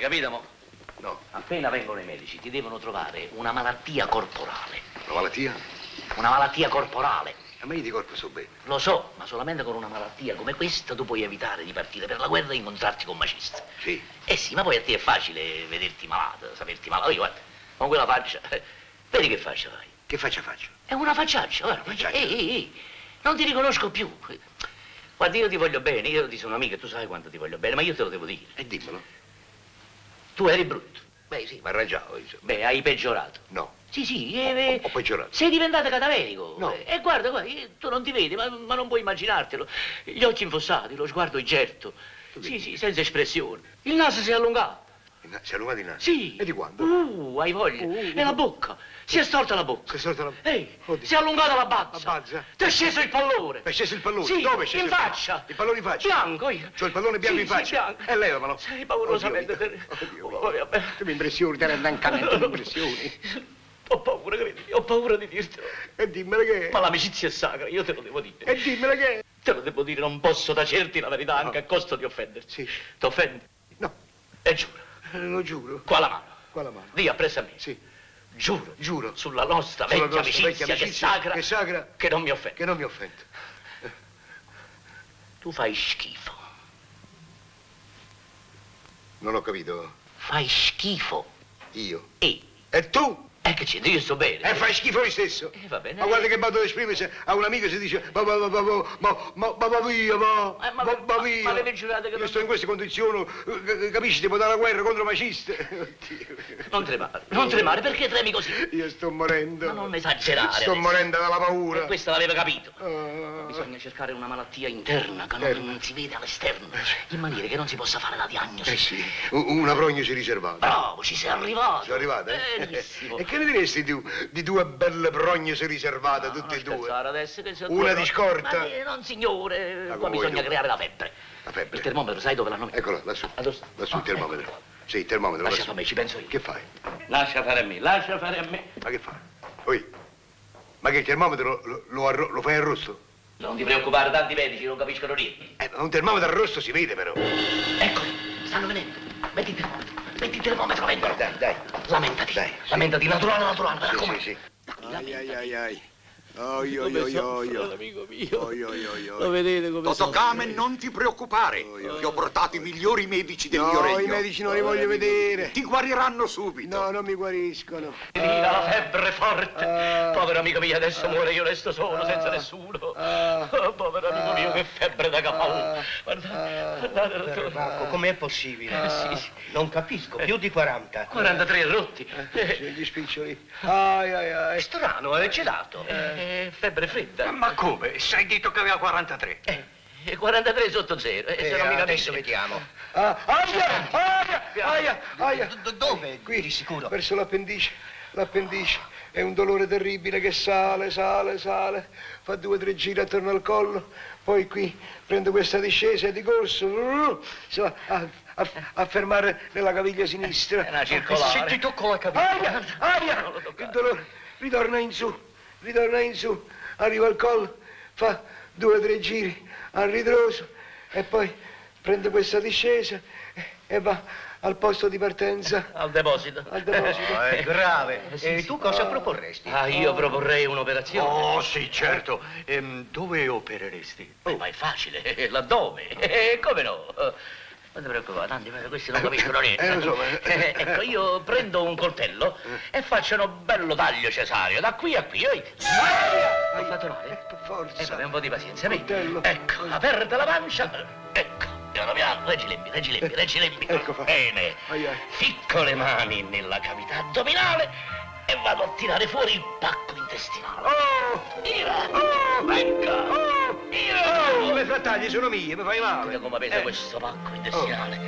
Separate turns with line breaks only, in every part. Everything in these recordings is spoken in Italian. capito mo?
No,
Appena vengono i medici ti devono trovare una malattia corporale.
una malattia?
Una malattia corporale.
A me di corpo so bene.
Lo so, ma solamente con una malattia come questa tu puoi evitare di partire per la guerra e incontrarti con maciste.
Sì.
Eh sì, ma poi a te è facile vederti malato, saperti malato. Io guarda, con quella faccia. eh, Vedi che faccia fai?
Che faccia faccio?
È una facciaccia, guarda.
Facciaccia.
Ehi, ehi, ehi, non ti riconosco più. Guarda, io ti voglio bene, io ti sono amica, tu sai quanto ti voglio bene, ma io te lo devo dire.
E dimmelo.
Tu eri brutto. Beh, sì,
Ma arrangiavo, insomma.
Beh, hai peggiorato.
No.
Sì, sì, eh, eh,
ho peggiorato.
Sei diventato cadaverico.
No.
E guarda, guarda, eh, tu non ti vedi, ma, ma non puoi immaginartelo. Gli occhi infossati, lo sguardo incerto. Sì, sì, senza espressione. Il naso si è allungato.
Il na- Si è allungato il naso?
Sì.
E di quando?
Uh, hai voglia. E la bocca. Si è storta la bocca.
Si è storta la-
Ehi,
Oddio.
si è allungata la bazza.
La bazza?
Ti è sceso il pallone.
Ma è sceso il pallone?
Sì,
Dove è sceso
in
il pallone?
faccia.
Il pallone in faccia?
Bianco, io.
Cioè, il pallone bianco
Sì,
in
sì,
faccia?
bianco.
Eh, levamelo.
Sei paurosamente...
Oddio mio. Oddio mio.
Oh,
Tu mi impressioni, ti rendo anche a me, tu mi impressioni.
Ho paura, credimi, ho paura di dirtelo.
E dimmelo che...
Ma l'amicizia è sacra, io te lo devo dire.
E dimmelo che...
Te lo devo dire, non posso tacerti la verità anche a costo di offenderti.
Sì.
T'offendi?
No,
E giuro,
eh, lo giuro.
qua la mano.
Qua la mano.
Lì appresso a me.
Sì.
Giuro,
Giuro.
sulla nostra
Sulla nostra
vecchia, amicizia,
vecchia
che è
amicizia,
sacra,
che è sacra.
che non mi offendi.
Che non mi offendo.
Tu fai schifo.
Non ho capito.
Fai schifo.
Io.
E,
E tu?
eh che c'entra, io sto bene.
E fai schifo lo stesso.
Eh, va bene.
Ma guarda che vado ad esprimersi a un amico e si dice ma ma ma ma ma ma ma ma- ma via ma
Eh,
ma
ma-
ma
ma-
via.
ma le giurate che
Io
non-
sto in queste condizioni, eh, capisci, devo dare la guerra contro maciste. Oddio.
eh, Non tremare, non tremare, perché tremi così?
Io sto morendo.
Ma non esagerare.
Sto
adesso.
morendo dalla
E
paura.
questa l'aveva capito.
Ah.
Bisogna cercare una malattia interna che non,
Interna.
non si vede all'esterno, in maniera che non si possa fare la diagnosi.
Eh sì, u- una prognosi riservata.
Bravo, Oh, ci sei arrivato.
Sono arrivata? eh?
Benissimo.
E che ne diresti tu di due belle prognosi riservate,
No,
tutte
Ah, non
e due?
scherzare adesso che sono
Una
due
di
no-
scorta?
Ma eh, non signore,
Ma
qua
come vuoi
bisogna
tu?
creare la febbre.
La febbre.
Il termometro, sai dove l'hanno messo?
Eccolo, lassù.
Addosso.
Lassù il
Ah,
termometro.
eccolo qua.
Sì, il termometro.
Lascia
lassù.
a me, ci penso io.
Che fai?
Lascia fare a me, lascia fare a me.
Ma che fai? Oi, ma che il termometro lo, lo arro- lo fai arrosto?
Non ti preoccupare, tanti medici non capiscono niente.
Eh, ma un termometro arrosto si vede però.
Eccoli, stanno venendo. Metti il termometro, metti il termometro, vengono.
Dai, dai.
Lamentati,
Dai, sì.
lamentati, naturale, naturale, mi
Sì,
raccomando.
sì, sì.
Ai ai ai ai. Oi oi oi oi.
amico mio.
Oi oi oi
Lo
oi.
vedete come
Toto
sono?
Kamen, non ti preoccupare. Ti ho portato i migliori medici del mio
No, i
regno.
medici non li voglio vedere.
Ti guariranno subito.
No, non mi guariscono.
Veniva la febbre forte.
Ah.
Povero amico mio, adesso muore, io resto solo, senza nessuno.
Ah.
Oh, povero amico mio, che febbre da cavallo.
Ah.
Guardate,
Ah.
guardate, dottore.
Marco, com'è possibile?
Sì, sì.
Non capisco, più di 40.
43 rotti. Eh,
Sono gli spiccioli. Ai ai
È
ai.
strano, è gelato.
eh, febbre fredda.
Ma come? Sei detto che aveva 43.
Eh, 43 sotto zero. Eh, se non mi
adesso
capisce.
vediamo.
Ah, aia, aia, aia, aia.
D- d- dove? Qui di sicuro.
Verso l'appendice, l'appendice. È un dolore terribile che sale, sale, sale. Fa due o tre giri attorno al collo. Poi qui prendo questa discesa di corso. uh, Si va a, a- a fermare nella caviglia sinistra.
È una
Se
circolare.
ti tocco la
Aria,
caviglia.
aria!
Non lo toccare.
Il dolore ritorna in su, ritorna in su, arriva al collo, fa due o tre giri al ritroso e poi prende questa discesa e- e va al posto di partenza.
Al deposito. Eh,
Al deposito.
No,
Eh,
è grave. E Eh, tu cosa proporresti?
Ah, io proporrei
Eh,
un'operazione.
sì, certo. Ehm, dove opereresti?
Oh.
Beh, Eh, ma è facile, l'addome. Eh, come no? Non ti preoccupare, tanti eh, questi non capiscono niente.
eh, lo so, ma- Eh.
Eh, ecco, io prendo un coltello e faccio uno bello taglio cesareo, da qui a qui. Oi. Ho fatto male?
Ecco.
Per
Eh, vabbè,
forza.
un po' di pazienza, vedi?
Coltello.
Ecco, aperta la pancia. Ecco, piano piano, reggi lembi, reggi lembi, reggi lembi.
Ecco fatto.
Bene.
Ai, ai.
Ficco le mani nella cavità addominale e vado a tirare fuori il pacco intestinale.
Oh,
Tira!
oh,
Venga!
oh,
Tira!
oh, le frattaglie sono mie, mi fai male.
Guarda come pesa
Eh,
questo pacco intestinale.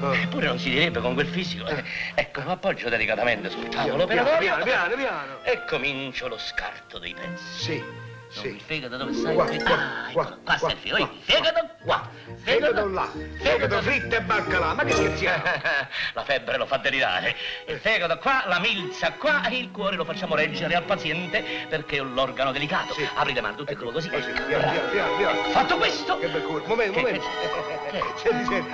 Oh.
Eppure non si direbbe con quel fisico. eh. Ecco, lo appoggio delicatamente sul tavolo
Piano,
operatorio.
piano, piano, piano, piano.
E comincio lo scarto dei pezzi.
Sì,
Non
sì.
il fegato dove stai?
Qua,
Qui-
qua,
ah,
qua,
eccolo, qua sta
qua,
il fegato.
qua,
Vedi, Fegato qua.
Fegato là, fegato fritto e baccalà, ma che scherziamo?
La febbre lo fa delirare.
Eh.
Il fegato qua, la milza qua e il cuore lo facciamo reggere al paziente perché è l'organo delicato.
Sì. Ecco.
Eh,
Apri le mani tutte e due così.
Così, piano,
Bravo.
piano, piano, piano.
Fatto questo,
Che bel cuore. Momento,
Che-
momento.
Senti, senti.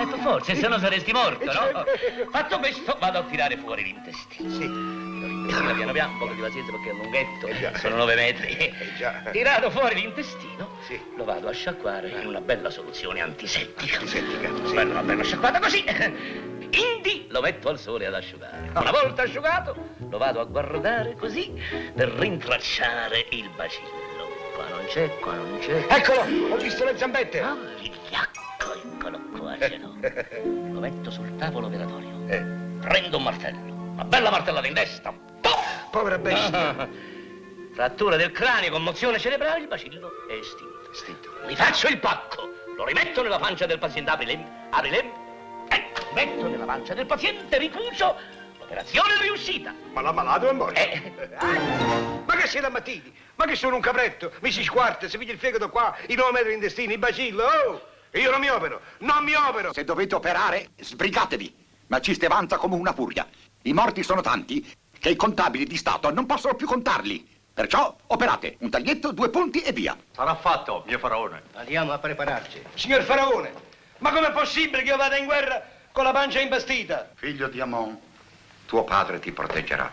Eh, per forza, se no saresti morto, no?
Certo.
Fatto questo, vado a tirare fuori l'intestino.
Sì,
L'intestino, piano piano, un po' di pazienza perché è lunghetto,
Eh già. Eh,
sono 9 metri.
già.
Tirato fuori l'intestino,
Sì.
lo vado a sciacquare in una bella soluzione antisettica.
Antisettica, sì.
Bello, una bella sciacquata così. Indi lo metto al sole ad asciugare.
Ah.
Una volta asciugato, lo vado a guardare così per rintracciare il bacillo. Qua non c'è, qua non c'è.
eccolo, ho visto le zambette.
Ah, il gliacco, eccolo qua, ce l'ho. Lo metto sul tavolo velatorio.
Eh,
Prendo un martello, una bella martellata in testa. Pof!
povera
Ah.
bestia.
Frattura del cranio, commozione cerebrale, il bacillo è estinto.
Istinto.
Rifaccio il pacco, lo rimetto nella pancia del paziente, apri lem, apri lem, ecco, metto nella pancia del paziente, ricucio, l'operazione è riuscita.
Ma la malato è morto.
Eh,
Ma che siete ammattiti? Ma che sono un capretto? Mi si squarta, si piglia il fegato qua, i 9 metri intestini, il bacillo, oh! Io non mi opero, non mi opero!
Se dovete operare, sbrigatevi. Ma ci stevanza come una furia. I morti sono tanti che i contabili di Stato non possono più contarli. Perciò operate un taglietto, due punti e via.
Sarà fatto, mio faraone.
Andiamo a prepararci.
Signor Faraone, ma com'è possibile che io vada in guerra con la pancia imbastita?
Figlio di Amon, tuo padre ti proteggerà.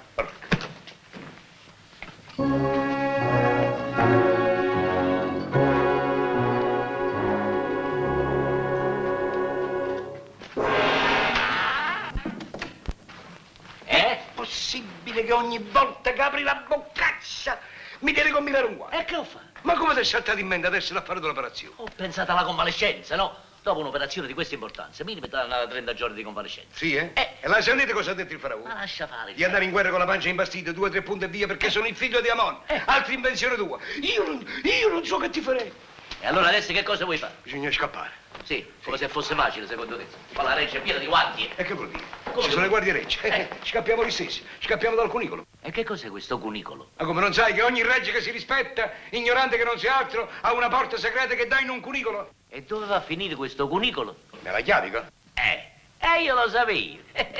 eh?
Possibile che ogni volta che apri la boccaccia mi devi combinare un guaio?
E Eh, che ho fatto?
Ma come ti è saltato in mente adesso l'affare dell'operazione?
Ho pensato alla convalescenza, no? Dopo un'operazione di questa importanza, minimo da 30 giorni di convalescenza.
Sì, eh? Ah.
Eh.
E la sentite cosa ha detto il
Ma
Faraone?
lascia fare.
Di andare in guerra con la pancia imbastita, due o tre punti e via, perché sono il figlio di Amon.
Eh.
Altra invenzione tua. Io non, io non so che ti farei.
E allora adesso che cosa vuoi fare?
Bisogna scappare.
Sì, come se fosse facile, secondo te. Qua la reggia è piena di guardie.
E che vuol dire?
Come?
Ci sono le guardie regge. Eh, Scappiamo gli stessi. Scappiamo dal cunicolo.
E che cos'è questo cunicolo?
Ma come non sai che ogni regge che si rispetta, ignorante che non sia altro, ha una porta segreta che dà in un cunicolo?
E dove va a finire questo cunicolo?
Me la chiavico?
Eh, eh io lo sapevo.